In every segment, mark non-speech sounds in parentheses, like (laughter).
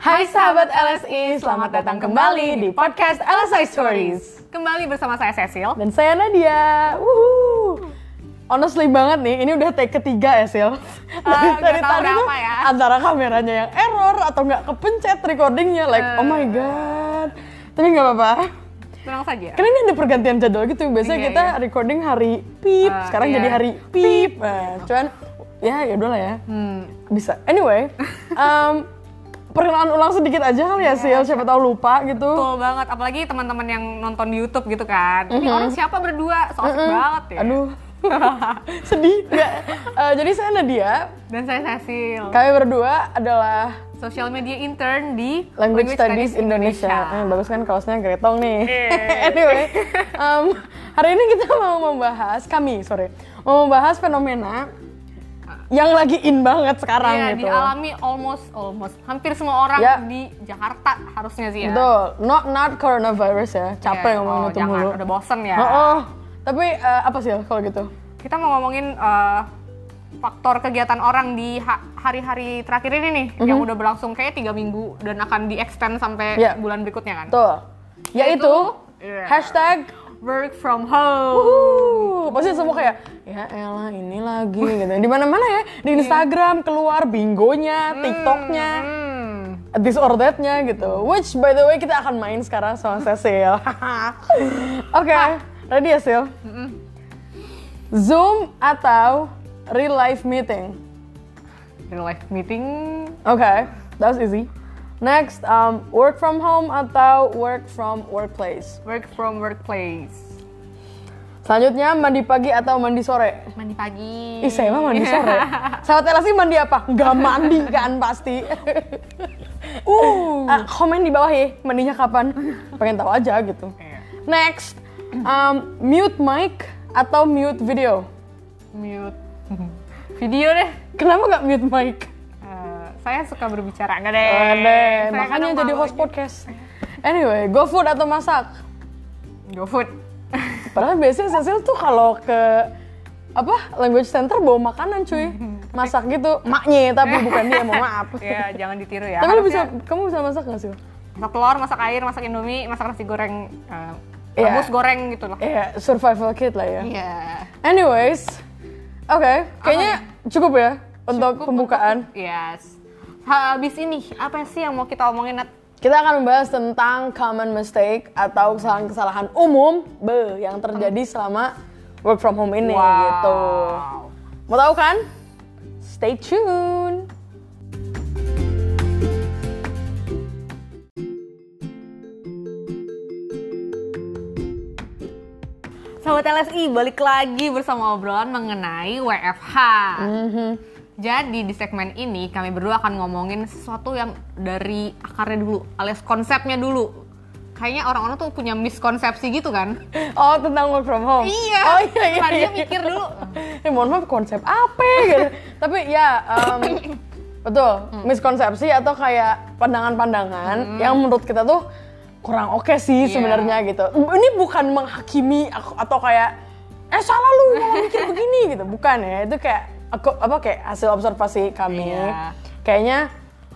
Hai sahabat LSI, selamat datang kembali di podcast LSI Stories. Kembali bersama saya Cecil. Dan saya Nadia. Wuhu. Honestly banget nih, ini udah take ketiga ya, (laughs) Sil. Eh, nggak tahu berapa tuh ya. antara kameranya yang error atau nggak kepencet recordingnya, like Eh. oh my god. Tapi nggak apa-apa. Tenang saja. Karena ini ada pergantian jadwal gitu. Biasanya Iya, kita iya. recording hari pip, Ah, sekarang iya. jadi hari pip. Nah, cuman ya ya udahlah ya. Hmm, Bisa. (laughs) Anyway, em, perkenalan ulang sedikit aja kali ya, Iya. Sil. Siapa tahu lupa gitu. Betul banget, apalagi teman-teman yang nonton di YouTube gitu kan. Ini orang siapa berdua? So asik banget ya. Aduh. (laughs) Sedih nggak? Eh, jadi saya Nadia, (laughs) Dan saya Cecil, kami berdua adalah social media intern di Language, Studies, Indonesia. Eh, bagus kan kaosnya Gretong nih. Iya, (laughs) anyway, em, hari ini kita mau membahas kami, sorry, mau membahas fenomena yang lagi in banget sekarang Iya, gitu. dialami almost almost hampir semua orang Ya. di Jakarta harusnya sih ya. Betul, not not coronavirus ya. Capek Iya, ngomongin oh, itu jangan, mulu. udah bosen ya. Oh, oh. tapi eh, apa sih kalau gitu? Kita mau ngomongin eh, faktor kegiatan orang di ha- hari-hari terakhir ini nih yang Mhm. udah berlangsung kayak tiga minggu dan akan di extend sampai Iya. bulan berikutnya kan. Betul. Yaitu Iya. hashtag work from home. Wuh, pasti Uh, semua kayak ya elah ini lagi gitu. Di mana-mana ya, di Instagram keluar bingonya, TikToknya, Hmm. (laughs) this or that-nya gitu. Which by the way kita akan main sekarang sama Cecil. Oke, ready ya Sil? Zoom atau real life meeting? Real life meeting Oke, that was easy. Next, um, work from home atau work from workplace. work from workplace. Selanjutnya mandi pagi atau mandi sore? Mandi pagi. Ih, saya mah mandi (laughs) sore. Sahabat Elasi mandi apa? Nggak mandi kan pasti. uh, komen di bawah ya, mandinya kapan? Pengen tahu aja gitu. Iya. Next, um, mute mic atau mute video? Mute. (laughs) Video deh. Kenapa nggak mute mic? Eh, saya suka berbicara enggak deh. Eh, Aneh, Saya makanya kadang jadi malu host aja. podcast. Anyway, go food atau masak? GoFood. Padahal biasanya Cecil tuh kalau ke apa language center bawa makanan cuy (laughs) masak gitu maknya tapi bukan dia mau maaf ya, jangan ditiru ya. tapi lu bisa Harusnya kamu bisa masak gak sih masak telur, masak air, masak indomie, masak nasi goreng eh, Iya. rebus goreng gitu lah. Iya, survival kit lah ya. Iya. Anyways, oke, kayaknya cukup ya untuk Cukup pembukaan. untuk- Yes. Habis ini apa sih yang mau kita omongin? Nat? Kita akan membahas tentang common mistake atau kesalahan-kesalahan umum be yang terjadi selama work from home ini gitu. Mau tahu kan? Stay tune. Sobat LSI, balik lagi bersama obrolan mengenai WFH. Mhm. Jadi di segmen ini kami berdua akan ngomongin sesuatu yang dari akarnya dulu, alias konsepnya dulu. Kayaknya orang-orang tuh punya miskonsepsi gitu (laughs) kan? Oh, tentang work from home. Iya. Oh iya iya. Tadinya iya. mikir dulu. Eh, mohon maaf konsep apa gitu. Tapi ya em, betul, Hmm. miskonsepsi atau kayak pandangan-pandangan yang menurut kita tuh kurang oke sih Iya. sebenarnya gitu. Ini bukan menghakimi aku- atau kayak eh salah lu malah mikir begini gitu. Bukan ya, itu kayak aku apa kayak hasil observasi kami. Iya. Kayaknya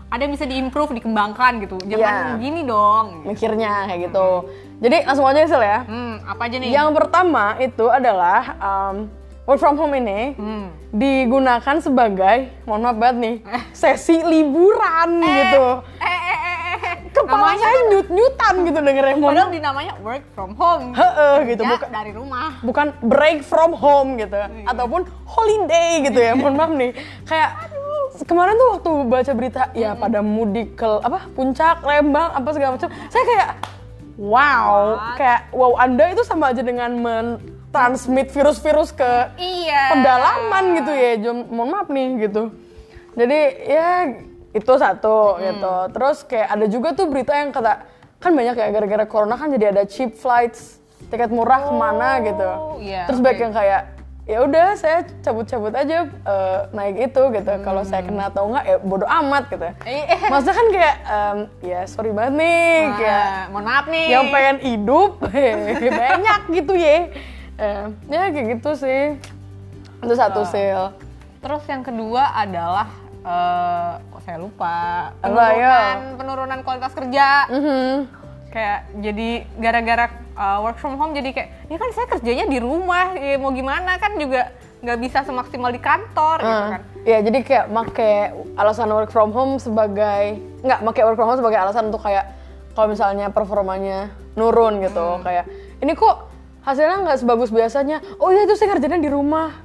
Ada yang bisa diimprove, dikembangkan gitu. Iya. Jangan gini dong. mikirnya kayak gitu. Jadi langsung aja sih ya. Hmm, apa aja nih? Yang pertama itu adalah em, work from home ini Hmm. digunakan sebagai mohon maaf banget nih sesi liburan gitu Eh, eh, eh, eh, eh. kepala Namanya- saya nyut nyutan gitu dengernya mohon Padahal dinamanya work from home. Heeh, gitu Ya, Iya. bukan dari rumah. bukan break from home gitu ataupun holiday gitu ya mohon maaf nih kayak kemarin tuh waktu baca berita ya Hmm. pada mudik ke apa puncak Lembang apa segala macam saya kayak wow What? kayak wow anda itu sama aja dengan mentransmit virus-virus ke Iya. pendalaman gitu ya jom mohon maaf nih gitu jadi ya itu Hmm. satu gitu terus kayak ada juga tuh berita yang kata kan banyak ya gara-gara corona kan jadi ada cheap flights tiket murah kemana gitu Oh, iya, terus banyak oke. yang kayak ya udah saya cabut-cabut aja eh, naik itu gitu kalau saya kena atau enggak ya bodo amat gitu Hmm. Eh, eh. maksudnya kan kayak em, ya sorry banget nih Nah, kayak Wah, mohon maaf nih. ya. yang pengen hidup (laughs) banyak gitu ya Eh, ya kayak gitu sih itu satu sel Terus yang kedua adalah eh kok saya lupa Apa, ya? penurunan penurunan kualitas kerja Mhm. kayak jadi gara-gara uh, work from home jadi kayak ya kan saya kerjanya di rumah ya mau gimana kan juga nggak bisa semaksimal di kantor gitu Ah. kan Iya, jadi kayak make alasan work from home sebagai nggak make work from home sebagai alasan untuk kayak kalau misalnya performanya nurun gitu, kayak ini kok hasilnya nggak sebagus biasanya. Oh iya itu saya ngerjainnya di rumah.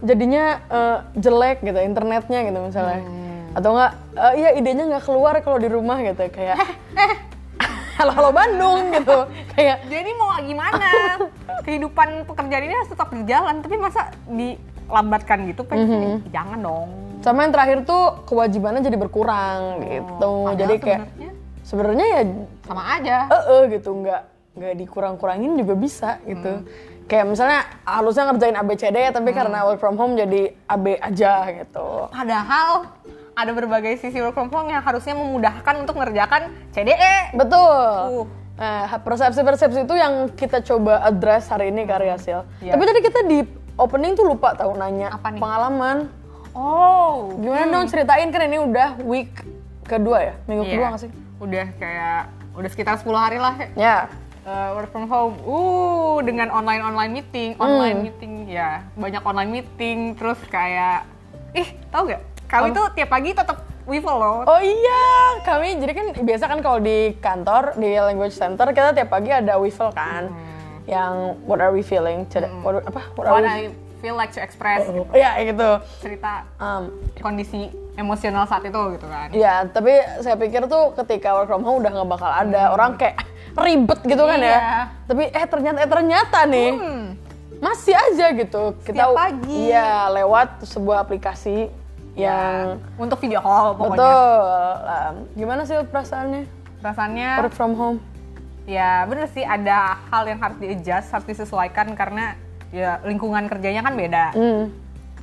Jadinya eh, jelek gitu internetnya gitu misalnya. Atau nggak eh, iya idenya nggak keluar kalau di rumah gitu kayak "Eh, halo-halo Bandung gitu. Kayak jadi mau (laughs) gimana kehidupan pekerjaan ini harus tetap berjalan tapi masa dilambatkan gitu kan Mhm. jangan dong sama yang terakhir tuh kewajibannya jadi berkurang gitu. Oh, Padahal jadi kayak sebenarnya sebenarnya ya sama aja eh eh, gitu nggak nggak dikurang-kurangin juga bisa Hmm. gitu kayak misalnya harusnya ngerjain ABCD tapi karena work from home jadi AB aja gitu padahal ada berbagai sisi work from home yang harusnya memudahkan untuk mengerjakan E. CDE betul Uh. nah persepsi-persepsi itu yang kita coba address hari ini karya sil Iya. tapi tadi kita di opening tuh lupa tahu nanya Apa nih? pengalaman oh gimana dong ceritain kan ini udah week kedua ya minggu kedua nggak sih Iya. udah kayak udah sekitar 10 hari lah ya Uh, work from home, uh dengan online online meeting, Hmm. online meeting ya banyak online meeting, terus kayak ih tahu gak? Kami tuh tiap pagi tetap wiffle loh. Oh iya, kami jadi kan biasa kan kalau di kantor di language center kita tiap pagi ada wifel kan, Hmm. yang what are we feeling, Cer- what- apa what When are I we, feel like to express gitu. (laughs) ya gitu. cerita Um, kondisi emosional saat itu gitu kan. ya tapi saya pikir tuh ketika work from home udah nggak bakal ada orang kayak "Ah, ribet gitu kan ya. Hmm. Iya. Tapi eh ternyata eh ternyata nih Hmm, masih aja gitu kita Setiap pagi. iya lewat sebuah aplikasi yang Ya, untuk video call pokoknya. betul. Um, gimana sih perasaannya Rasanya work from home? ya bener sih ada hal yang harus di-adjust, harus disesuaikan karena ya lingkungan kerjanya kan beda. Hmm.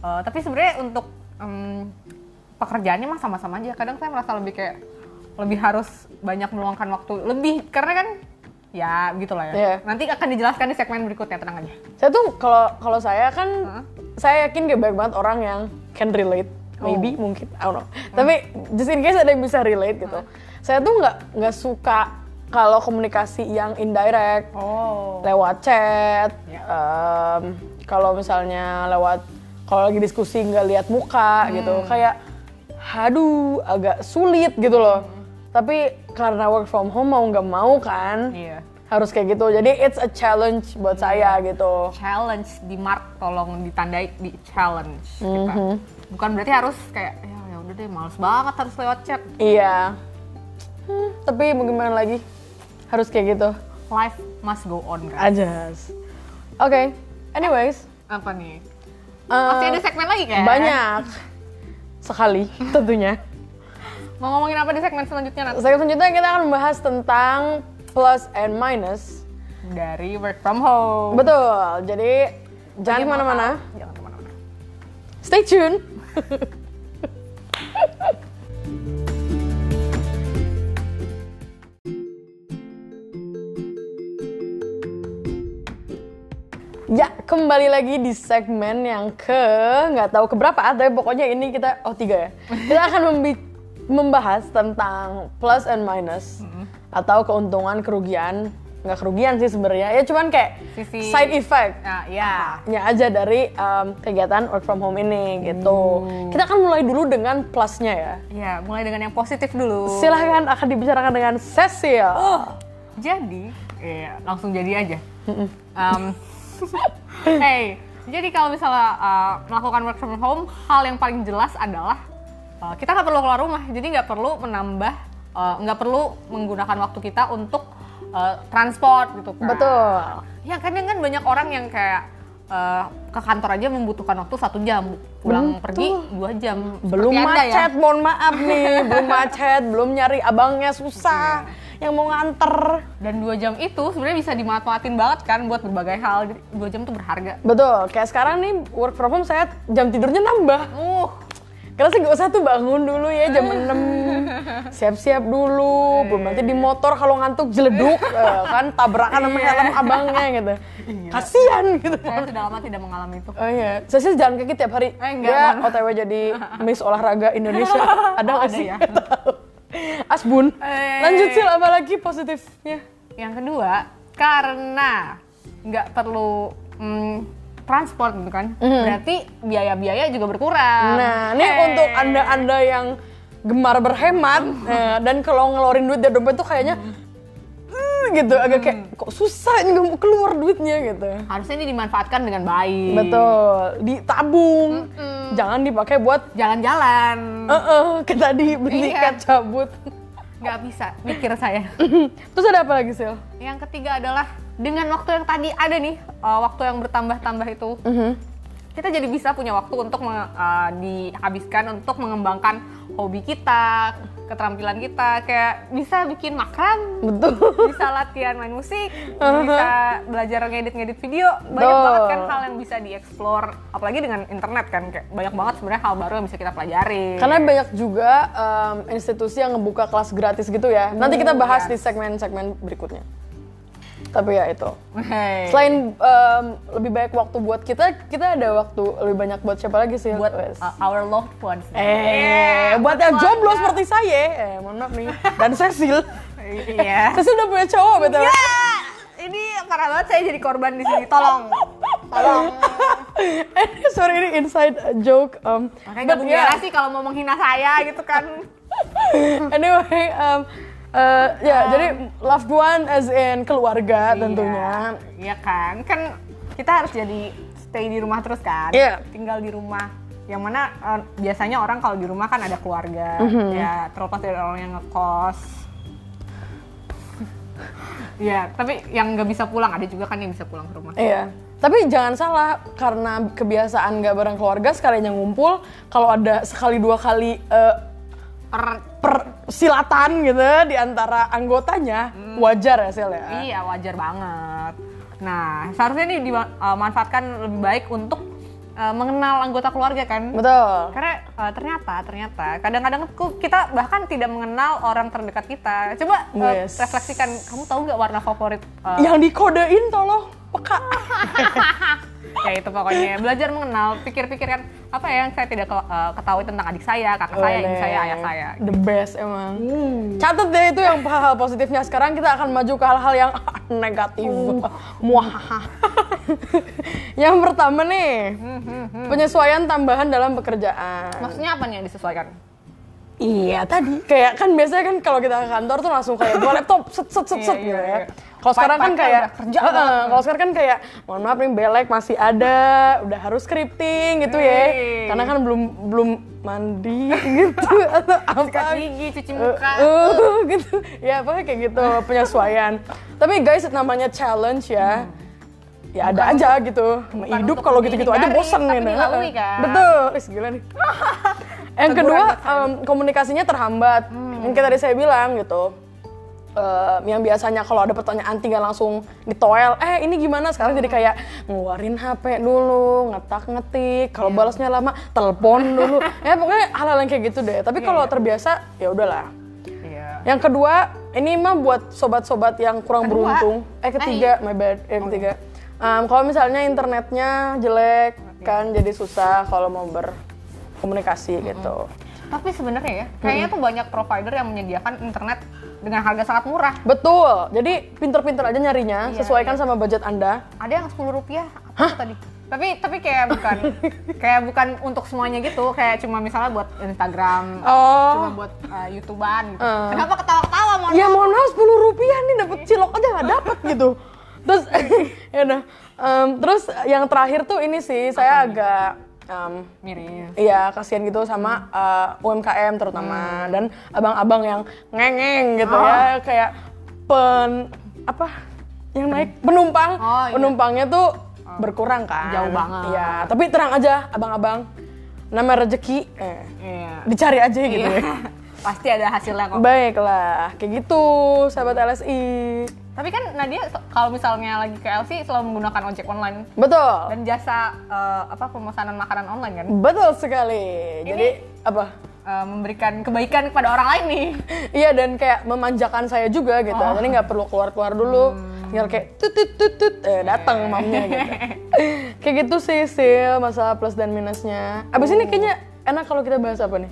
Eh, tapi sebenarnya untuk em, pekerjaannya mah sama-sama aja. Kadang saya merasa lebih kayak lebih harus banyak meluangkan waktu lebih karena kan ya gitulah ya. Iya. Nanti akan dijelaskan di segmen berikutnya tenang aja. saya tuh kalau kalau saya kan Hah? saya yakin gak banyak banget orang yang can relate Oh. maybe mungkin I don't know tapi just in case ada yang bisa relate gitu saya tuh nggak nggak suka kalau komunikasi yang indirect Oh. lewat chat Ya. em, kalau misalnya lewat kalau lagi diskusi nggak lihat muka gitu Hmm. kayak aduh agak sulit gitu loh Hmm. tapi karena work from home mau nggak mau kan Iya. Hmm. harus kayak gitu jadi it's a challenge buat saya gitu Challenge di mark tolong ditandai di challenge kita. Mhm. Bukan berarti harus kayak ya ya udah deh males banget harus lewat chat. Iya. Hmm, tapi mau gimana lagi? Harus kayak gitu. Life must go on kan. Aja. Oke. Anyways, Apa nih? eh, Masih ada segmen lagi kan? banyak sekali (laughs) tentunya. Mau ngomongin apa di segmen selanjutnya nanti? Saya selanjutnya kita akan membahas tentang plus and minus. Dari work from home. Betul. Jadi jangan kemana-mana. Jangan kemana-mana. Stay tune. Ya, kembali lagi di segmen yang ke nggak tahu keberapa, tapi pokoknya ini kita oh tiga ya. Kita akan membi- membahas tentang plus and minus atau keuntungan kerugian nggak kerugian sih sebenarnya ya cuman kayak Sisi- side effect Nah, ya. nya aja dari em, kegiatan work from home ini gitu. Hmm. Kita akan mulai dulu dengan plusnya ya. Ya, mulai dengan yang positif dulu. Silahkan akan dibicarakan dengan Cecil. Jadi, eh, langsung jadi aja. Um, (laughs) hey, jadi kalau misalnya uh, melakukan work from home, hal yang paling jelas adalah uh, kita nggak perlu keluar rumah, jadi nggak perlu menambah, uh, nggak perlu menggunakan waktu kita untuk uh, transport gitu kan. Betul. Ya kadang kan banyak orang yang kayak eh, ke kantor aja membutuhkan waktu satu jam, pulang pergi dua jam. Seperti Belum Anda ya. macet, mohon maaf (laughs) nih, belum macet, belum nyari abangnya susah Iya. yang mau nganter. Dan dua jam itu sebenarnya bisa dimanfaatin banget kan buat berbagai hal. Jadi, dua jam tuh berharga. Betul, kayak sekarang nih work from home saya jam tidurnya nambah. Uh, Karena sih gak usah tuh bangun dulu ya (laughs) jam 6 Siap-siap dulu Belum nanti di motor kalau ngantuk jeleduk eh, Kan Iya. tabrakan sama helm abangnya gitu Kasian gitu Saya sudah lama tidak mengalami itu. Oh iya, saya sih jalan kaki tiap hari. Eh, enggak, ya, enggak. OTW (laughs) jadi Miss Olahraga Indonesia. Ada Oh, nggak ada sih? ya? Nggak tahu. Asbun. Eh. Lanjut sih, apalagi positifnya? Yang kedua, karena nggak perlu mm, transport gitu kan, berarti biaya-biaya juga berkurang. Mhm. Nah, ini Hey. untuk anda-anda yang gemar berhemat Hmm. eh, dan kalau ngeluarin duit dari dompet tuh kayaknya "Eh," gitu agak kayak Hmm. kok susah ini nggak mau keluar duitnya gitu. harusnya ini dimanfaatkan dengan baik. Betul, ditabung. Jangan dipakai buat Jalan-jalan, eh kayak tadi beli Hmm. Iya. ikat cabut. nggak bisa mikir saya. (laughs) Terus ada apa lagi, Sil? yang ketiga adalah dengan waktu yang tadi ada nih, uh, waktu yang bertambah-tambah itu, kita jadi bisa punya waktu untuk menge- uh, dihabiskan untuk mengembangkan hobi kita, keterampilan kita, kayak bisa bikin makram, Betul. bisa latihan main musik, bisa belajar ngedit-ngedit video, banyak Uh-huh. Betul. banget kan hal yang bisa dieksplor, apalagi dengan internet kan, kayak banyak banget sebenarnya hal baru yang bisa kita pelajari. Karena banyak juga em, institusi yang ngebuka kelas gratis gitu ya. Nanti kita bahas Hmm, Yes. di segmen-segmen berikutnya. Tapi ya itu. Hey. Selain em, lebih banyak waktu buat kita, kita ada waktu lebih banyak buat siapa lagi sih? buat Wes? uh, our loved ones. eh, Yeah, buat yang betul. jomblo seperti saya. Eh, mohon maaf nih. Dan (laughs) Cecil. Iya. Cecil udah punya cowok betul. Ya, ini parah banget saya jadi korban di sini. Tolong. Tolong. (laughs) Sorry ini inside joke. em, Makanya but gabung yeah. yeah. sih kalau mau menghina saya gitu kan. (laughs) anyway, um, eh, ya Um, jadi loved one as in keluarga tentunya. Iya kan? Kan kita harus jadi stay di rumah terus kan? Iya. Tinggal di rumah. Yang mana eh, biasanya orang kalau di rumah kan ada keluarga. Ya, terlepas dari orang yang ngekos. Ya, tapi yang nggak bisa pulang ada juga kan yang bisa pulang ke rumah. Iya. Tapi jangan salah karena kebiasaan gak bareng keluarga sekalinya ngumpul kalau ada sekali dua kali eh, Per- persilatan gitu di antara anggotanya wajar ya Sel ya. Hmm. Iya, wajar banget. Nah, seharusnya nih dimanfaatkan lebih baik untuk uh, mengenal anggota keluarga kan? Betul. Karena uh, ternyata, ternyata kadang-kadang ku- kita bahkan tidak mengenal orang terdekat kita. Coba uh, Yes. refleksikan, kamu tahu nggak warna favorit? uh, Yang dikodein tolong peka. ya itu pokoknya. Belajar mengenal, pikir-pikirkan apa yang saya tidak ke- uh, ketahui tentang adik saya, kakak saya, ibu saya, ayah saya. Hmm. The best emang. Catat deh itu yang hal positifnya. Sekarang kita akan maju ke hal-hal yang (laughs) negatif. Oh. Muahaha. (laughs) yang pertama nih, Hmm, penyesuaian tambahan dalam pekerjaan. Maksudnya apa nih yang disesuaikan? Iya tadi. Kayak kan biasanya kan kalau kita ke kantor tuh langsung kayak bawa laptop set set set Iya, set iya, gitu iya. ya. Kalau sekarang kan Pipe-pipe-nya kayak udah kerja Heeh, banget. kalau sekarang kan kayak mohon maaf nih belek masih ada, udah harus scripting gitu ya. Hei. Karena kan belum belum mandi (laughs) gitu atau Sikat apa gigi, cuci Eh, muka. eh, gitu ya pokoknya kayak gitu penyesuaian tapi guys namanya challenge Hmm. ya ya ada aja gitu bukan hidup untuk kalau gitu-gitu aja dihindari, bosen tapi gitu dilalui kan. betul Ih, gila (laughs) nih yang Teguran kedua buat saya. Hmm. em, komunikasinya terhambat yang kayak tadi saya bilang gitu Em, yang biasanya kalau ada pertanyaan tinggal langsung ditoel eh ini gimana sekarang Hmm. jadi kayak ngeluarin HP dulu ngetak ngetik kalau Iya. balasnya lama telepon (laughs) dulu ya pokoknya hal-hal yang kayak gitu deh tapi kalau terbiasa ya udahlah Iya. yang kedua, ini mah buat sobat-sobat yang kurang Kedua. beruntung. Eh ketiga, my bad. Eh ketiga. Um, kalau misalnya internetnya jelek kan jadi susah kalau mau berkomunikasi gitu. Tapi sebenarnya ya, kayaknya tuh banyak provider yang menyediakan internet dengan harga sangat murah. Betul. Jadi pinter-pinter aja nyarinya, Iya, sesuaikan sama budget Anda. Ada yang 10 rupiah, apa tuh tadi? Tapi tapi kayak bukan kayak bukan untuk semuanya gitu, kayak cuma misalnya buat Instagram, cuma Oh. buat uh, YouTubean gitu. Eh. Kenapa ketawa-ketawa mau? Ya mohon maaf 10 rupiah nih dapet cilok aja nggak dapet gitu. Terus (laughs) ya udah. Um, terus yang terakhir tuh ini sih saya agak um, Miris. Iya, kasihan gitu sama uh, Hmm. UMKM terutama dan abang-abang yang ngengeng gitu Oh. ya, kayak pen apa yang naik penumpang, Oh, iya. Oh. penumpangnya tuh berkurang kan. Jauh banget. Iya, tapi terang aja abang-abang, nama rezeki eh, Iya. dicari aja gitu. Iya. ya. Pasti ada hasilnya kok. Baiklah, kayak gitu sahabat LSI. Tapi kan Nadia so- kalau misalnya lagi ke LC selalu menggunakan ojek online Betul. dan jasa eh, apa pemesanan makanan online kan Betul sekali. Jadi apa? Eh, memberikan kebaikan kepada orang lain nih. Iya dan kayak memanjakan saya juga gitu. Oh. Jadi nggak perlu keluar-keluar dulu. Hmm. Tinggal kayak tut tut tut tut eh datang mamnya (laughs) gitu. kayak gitu sih Sil, masalah plus dan minusnya. Abis Oh. ini kayaknya enak kalau kita bahas apa nih?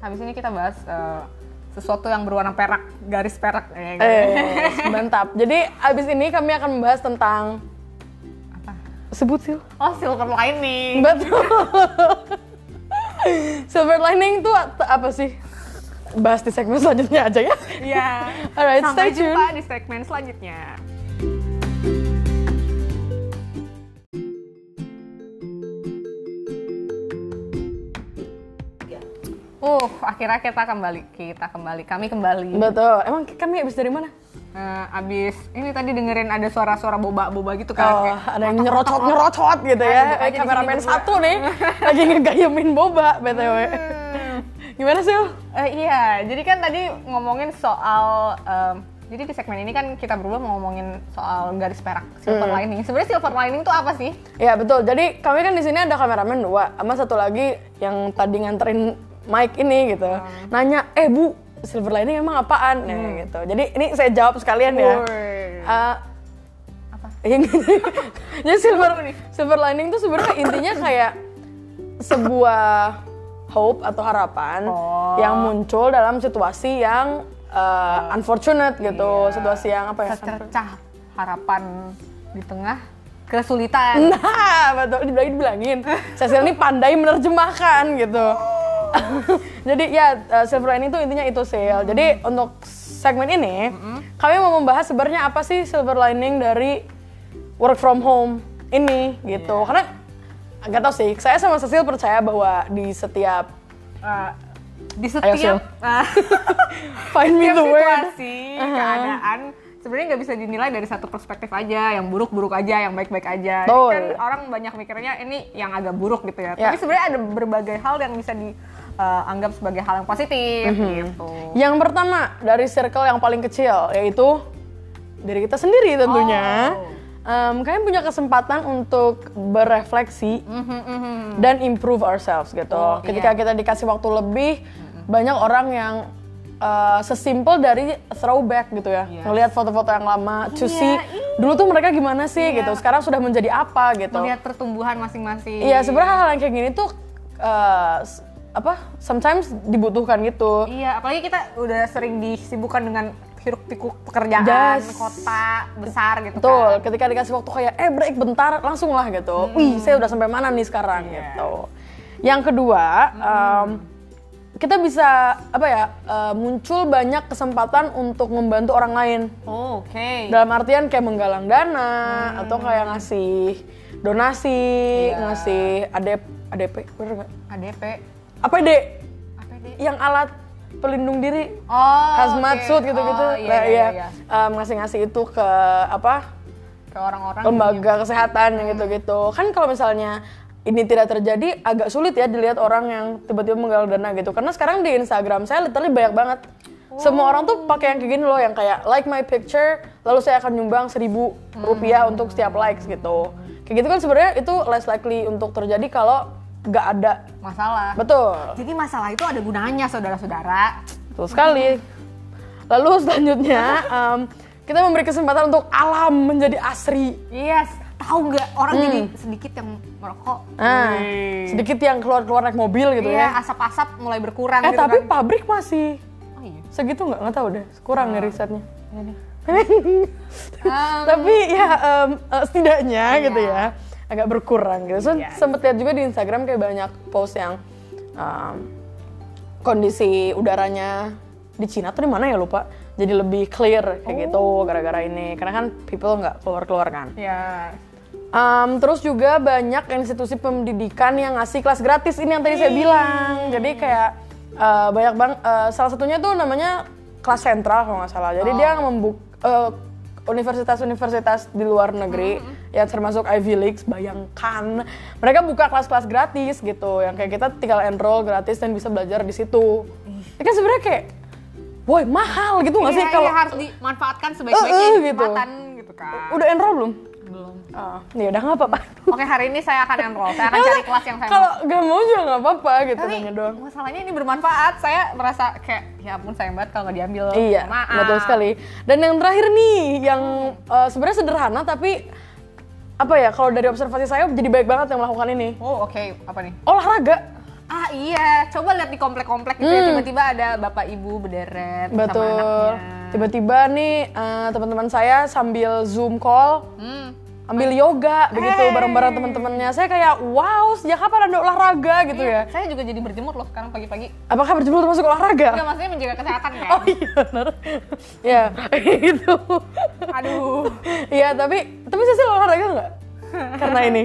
Habis ini kita bahas eh, sesuatu yang berwarna perak, garis perak eh, gitu. Eh, mantap. Jadi abis ini kami akan membahas tentang Apa? sebut Sil. Oh, silver lining. Betul. (laughs) Silver lining tuh at- apa sih? Bahas di segmen selanjutnya aja ya. Iya. Alright, Sampai stay jumpa di segmen selanjutnya. Uh, akhirnya kita kembali, kita kembali, kami kembali. Betul. Emang kami habis dari mana? Eh, abis ini tadi dengerin ada suara-suara boba-boba gitu kan? Oh, kayak ada yang nyerocot nyerocot gitu Aduh, ya. Eh, aja di kameramen sini berdua. satu nih lagi ngegayemin boba btw. Gimana sih? Eh, iya, jadi kan tadi ngomongin soal em, jadi di segmen ini kan kita berdua mau ngomongin soal garis perak Hmm. silver lining. Sebenarnya silver lining itu apa sih? Ya betul. Jadi kami kan di sini ada kameramen dua, sama satu lagi yang tadi nganterin mic ini gitu. Hmm. Nanya, eh bu, silver lining emang apaan? Nah, gitu. Jadi ini saya jawab sekalian ya. Woi. Eh, (laughs) yang jadi silver silver lining tuh sebenarnya intinya kayak sebuah hope atau harapan Oh. yang muncul dalam situasi yang uh, unfortunate gitu Iya. situasi yang apa ya Secercah harapan di tengah kesulitan. nah betul dibilangin bilangin Cecil ini pandai menerjemahkan gitu (laughs) jadi ya uh, silver lining tuh intinya itu sale jadi untuk segmen ini kami mau membahas sebenarnya apa sih silver lining dari work from home ini gitu karena nggak tahu sih saya sama Cecil percaya bahwa di setiap Eh, di Ayo, setiap Sil. eh, (laughs) find me setiap the word situasi, keadaan sebenarnya nggak bisa dinilai dari satu perspektif aja, yang buruk-buruk aja, yang baik-baik aja. Ini Betul. Kan orang banyak mikirnya ini yang agak buruk gitu ya. Ya. Tapi sebenarnya ada berbagai hal yang bisa dianggap sebagai hal yang positif Mhm. gitu. Yang pertama dari circle yang paling kecil yaitu dari kita sendiri tentunya. Oh. Em, kalian punya kesempatan untuk berefleksi dan improve ourselves gitu. Mhm, Oh, Ketika iya. Mhm. kita dikasih waktu lebih, banyak orang yang eh, sesimpel dari throwback gitu ya, Yes. melihat foto-foto yang lama, to Iya, see dulu tuh mereka gimana sih Iya. gitu, sekarang sudah menjadi apa gitu. Melihat pertumbuhan masing-masing. Iya sebenarnya hal-hal yang kayak gini tuh eh, s- apa? Sometimes dibutuhkan gitu. Iya, apalagi kita udah sering disibukkan dengan hiruk pikuk pekerjaan, Yes. kota besar gitu Betul, kan. Hmm. ketika dikasih waktu kayak eh break bentar langsung lah gitu. Wih, saya udah sampai mana nih sekarang Iya. gitu. Yang kedua, em, kita bisa apa ya? eh, muncul banyak kesempatan untuk membantu orang lain. Oh, Oke. Dalam artian kayak menggalang dana atau kayak ngasih donasi, Hmm. Iya. ngasih ADP, ADP bener nggak? ADP, APD APD. yang alat pelindung diri Oh, hazmat oke. suit gitu-gitu. Oh, iya, Nah, iya, iya. iya. Em, ngasih-ngasih itu ke apa? Ke orang-orang yang- lembaga kesehatan yang gitu-gitu. Kan kalau misalnya ini tidak terjadi agak sulit ya dilihat orang yang tiba-tiba menggalang dana gitu. Karena sekarang di Instagram saya literally banyak banget. Semua orang tuh pakai yang kayak gini loh, yang kayak like my picture, lalu saya akan nyumbang seribu rupiah untuk setiap likes gitu. Kayak gitu kan sebenarnya itu less likely untuk terjadi kalau nggak ada. masalah. Betul, Jadi masalah itu ada gunanya, saudara-saudara. betul sekali. Lalu selanjutnya em, kita memberi kesempatan untuk alam menjadi asri. Yes, tahu nggak orang jadi sedikit yang merokok. Hmm. Ah, Wih. sedikit yang keluar-keluar naik mobil gitu Hmm. Iya, ya. asap-asap mulai berkurang Eh gitu tapi kan. pabrik masih Oh (laughs) iya. segitu nggak nggak tahu deh kurang nih risetnya. Iya nih. Um, tapi ya em, eh, setidaknya Iya. gitu ya agak berkurang gitu. So, Iya. sempet lihat juga di Instagram kayak banyak post yang em, kondisi udaranya di Cina tuh di mana ya lupa jadi lebih clear kayak gitu Oh. gara-gara ini karena kan people nggak keluar-keluar kan. Iya. Em, terus juga banyak institusi pendidikan yang ngasih kelas gratis ini yang tadi saya bilang. Jadi kayak eh, banyak bang, eh, salah satunya tuh namanya kelas sentral kalau nggak salah. Jadi dia membuk eh, universitas-universitas di luar negeri yang termasuk Ivy League, bayangkan mereka buka kelas-kelas gratis gitu, yang Ya kayak kita tinggal enroll gratis dan bisa belajar di situ. Ini kan sebenarnya kayak woi mahal gitu nggak sih Iya, kalau iya, harus dimanfaatkan sebaik-baiknya Eh, eh, gitu. kesempatan gitu kan. udah enroll belum? Belum. Ah, ya udah nggak apa-apa. Oke, hari ini saya akan enroll. Saya akan Kan cari kelas yang saya Kalau mau. nggak mau juga nggak apa-apa gitu Tapi tanya doang. masalahnya ini bermanfaat. Saya merasa kayak ya ampun sayang banget kalau nggak diambil. ah, Iya, oh, Maaf. betul sekali. Dan yang terakhir nih, yang eh, sebenarnya sederhana tapi apa ya? Kalau dari observasi saya jadi baik banget yang melakukan ini. Oh, oke. Apa nih? Olahraga, Ah iya, coba lihat di komplek-komplek gitu ya, tiba-tiba ada bapak ibu berderet sama Hmm. betul. anaknya. Tiba-tiba nih eh, teman-teman saya sambil zoom call Hmm. ambil yoga begitu Hey. bareng-bareng teman-temannya. Saya kayak wow, sejak kapan ada olahraga gitu ya? Saya juga jadi berjemur loh sekarang pagi-pagi. Apakah berjemur termasuk olahraga? Enggak maksudnya menjaga kesehatan kan. Oh iya benar. (laughs) ya, itu. Aduh. Iya, tapi tapi saya sih olahraga nggak? Karena ini.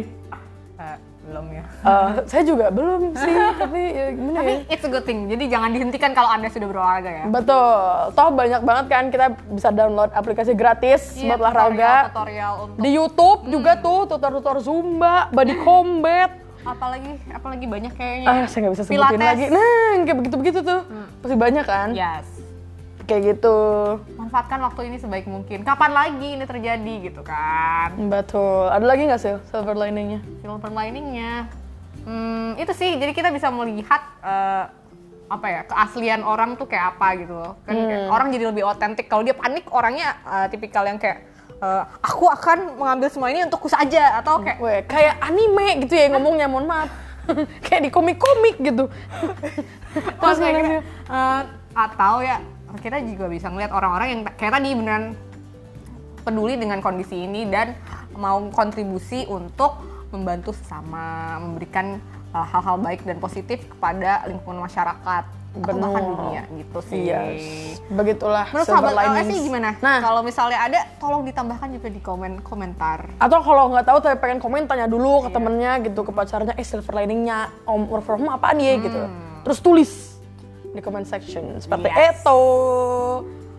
Eh, belum ya. Eh, saya juga belum (laughs) sih, tapi ya gimana Tapi ya? it's a good thing. Jadi jangan dihentikan kalau Anda sudah berolahraga ya. Betul. Toh banyak banget kan kita bisa download aplikasi gratis Iya, buat tutorial- Hmm. olahraga. Tutorial untuk Di YouTube juga tuh tutor-tutor zumba, (laughs) body combat. apalagi apalagi banyak kayaknya. Ah, saya nggak bisa sebutin Iya. Pilates. Hmm. Iya. lagi. Nah, kayak begitu-begitu tuh. Pasti banyak kan? Yes. Kayak gitu. Manfaatkan waktu ini sebaik mungkin. Kapan lagi ini terjadi gitu kan? Betul. Ada lagi nggak sih silver liningnya? Silver liningnya. Hmm, itu sih. Jadi kita bisa melihat eh, apa ya keaslian orang tuh kayak apa gitu loh. Kan kayak orang jadi lebih otentik. Kalau dia panik orangnya eh, tipikal yang kayak eh, aku akan mengambil semua ini untukku saja atau kayak Weh, kayak anime gitu ya ngomongnya, mohon maaf. (laughs) kayak di komik-komik gitu. Terus kayak gimana gitu. sih? Eh, atau ya kita juga bisa ngeliat orang-orang yang kayak tadi beneran peduli dengan kondisi ini dan mau kontribusi untuk membantu sesama, memberikan eh, hal-hal baik dan positif kepada lingkungan masyarakat atau bahkan Benar. Iya. dunia gitu sih. Yes. Begitulah Menurut silver sahabat LS linings. sih gimana? Nah, Kalau misalnya ada, tolong ditambahkan juga di komen komentar. atau kalau nggak tahu tapi pengen komen tanya dulu ke Iya. temennya gitu ke pacarnya eh silver liningnya om work from home apaan ya gitu Hmm. terus tulis di comment section seperti "Eh, Yes. itu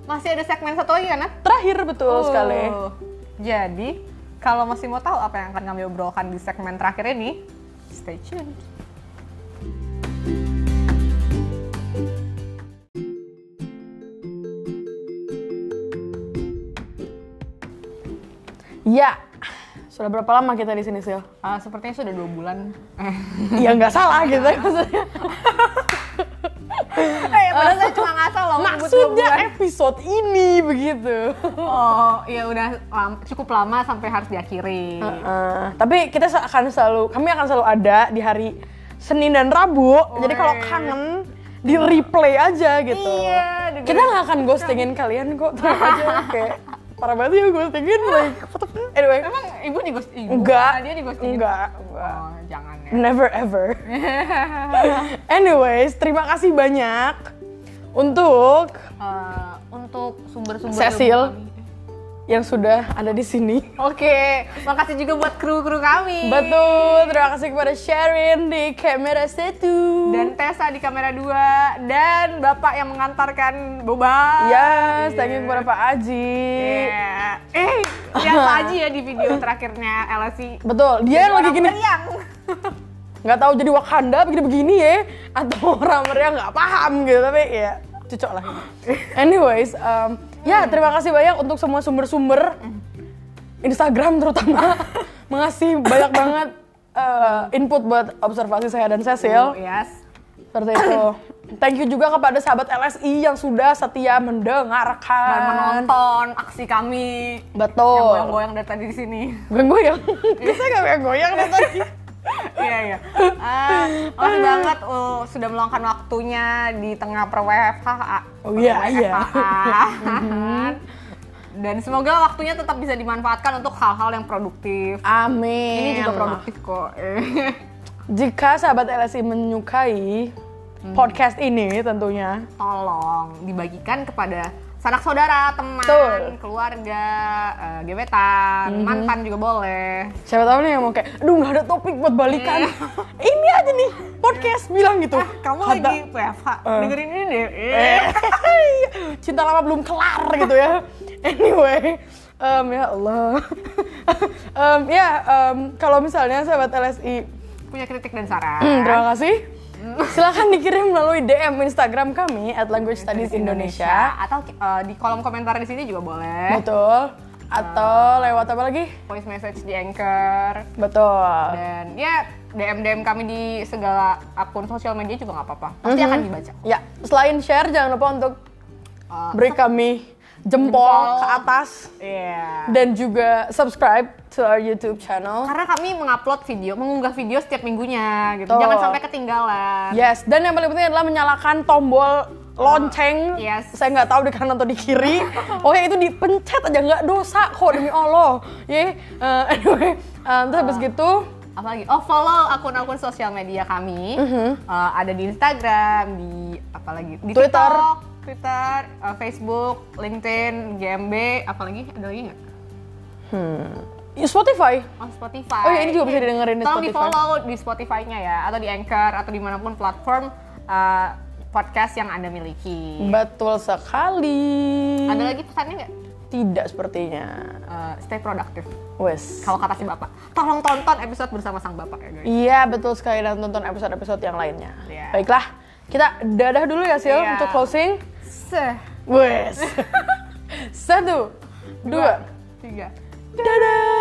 Masih ada segmen satu lagi kan? Nat? terakhir Uh, betul sekali Jadi, kalau masih mau tahu apa yang akan kami obrolkan di segmen terakhir ini, stay tuned. ya sudah berapa lama kita di sini (laughs) sil Ah, sepertinya sudah dua (laughs) bulan. Eh, ya nggak salah gitu ya maksudnya Eh, padahal saya cuma ngasal loh. menyebut dua maksudnya bulan. episode ini begitu Oh, ya udah lam- cukup lama sampai harus diakhiri. Uh, tapi kita se- akan selalu kami akan selalu ada di hari Senin dan Rabu jadi kalau kangen di replay aja gitu Iya, dengerin. kita nggak akan ghostingin kalian (laughs) kok tenang aja kayak parah banget ya ghostingin like what the fuck? anyway Emang ibu di ghost ibu? enggak Ah, Dia di ghost enggak enggak Oh, jangan ya. never (laughs) ever anyways terima kasih banyak untuk Eh, untuk sumber-sumber Cecil. ilmu kami. yang sudah ada di sini Oke, makasih juga buat kru-kru kami. betul terima kasih kepada Sharon di kamera satu dan Tessa di kamera 2 dan Bapak yang mengantarkan boba. Yes, thank you kepada Pak Aji. Iya. Eh, lihat aja ya di video terakhirnya LSI. Betul, dia yang Eh, lagi gini Yang nggak tahu jadi Wakanda begini-begini ya atau orang mereka nggak paham gitu tapi ya cocok (gasps) lah. Anyways, um, Hmm. ya terima kasih banyak untuk semua sumber-sumber Instagram (laughs) terutama mengasih banyak banget uh, input buat observasi saya dan Oh, Cecil yes. seperti itu. Thank you juga kepada sahabat LSI yang sudah setia mendengarkan Dan menonton aksi kami yang Betul. goyang-goyang dari tadi di sini. (laughs) Goyang goyang. (laughs) Bisa nggak goyang goyang dari tadi? Iya, iya. Ah, Makasih banget uh, sudah meluangkan waktunya di tengah per WFH. Oh, iya, iya. (laughs) Mhm. Dan semoga waktunya tetap bisa dimanfaatkan untuk hal-hal yang produktif. Amin. Ini juga produktif kok. (laughs) Eh. Jika sahabat LSI menyukai Hmm. podcast ini tentunya. tolong dibagikan kepada sanak saudara, teman, Betul. Mhm. keluarga, eh, gebetan, mantan juga boleh. Siapa tahu nih yang mau kayak, aduh nggak ada topik buat balikan. ini aja nih podcast bilang gitu. Ah, Hmm. kamu Kata, lagi WFH, dengerin ini deh. Eh. (laughs) Cinta lama belum kelar gitu ya. Anyway, em, ya Allah. (laughs) Em, ya em, kalau misalnya sahabat LSI, Punya kritik dan saran. Hmm, terima kasih. Hmm. Silahkan dikirim melalui DM Instagram kami at Language Studies Indonesia. atau eh, di kolom komentar di sini juga boleh. Betul. Ah. Atau lewat apa lagi? Voice message di Anchor Betul. dan ya DM DM kami di segala akun sosial media juga nggak apa-apa. Pasti akan dibaca. Ya, selain share jangan lupa untuk Eh, beri kami jempol, Jempol. ke atas Iya. dan juga subscribe to our YouTube channel. Karena kami mengupload video, mengunggah video setiap minggunya gitu. Betul. Ya. Jangan sampai ketinggalan. Yes, dan yang paling penting adalah menyalakan tombol lonceng. Yes. Saya nggak tahu di kanan atau di kiri. (laughs) Oh ya itu dipencet aja nggak dosa kok demi Allah. Ya, eh, (laughs) anyway, eh, terus habis Ah. gitu Apalagi? Oh, follow akun-akun sosial media kami. Mhm. Eh, ada di Instagram, di apalagi? Di Twitter. TikTok, Twitter, eh, Facebook, LinkedIn, GMB, apalagi ada lagi nggak? ya, Spotify. Oh, Spotify. Oh iya, ini juga bisa didengerin di Tolong Spotify. di-follow di Spotify-nya ya, atau di Anchor, atau dimanapun platform eh, podcast yang Anda miliki. Betul sekali. Ada lagi pesannya nggak? Tidak sepertinya. Eh, stay productive. Wes. Kalau kata si bapak, tolong tonton episode bersama sang bapak ya guys. Iya betul sekali dan tonton episode-episode yang lainnya. Iya. Baiklah, kita dadah dulu ya Sil Iya. untuk closing. Seh. (laughs) Wes. Satu, dua, Tiga. dadah.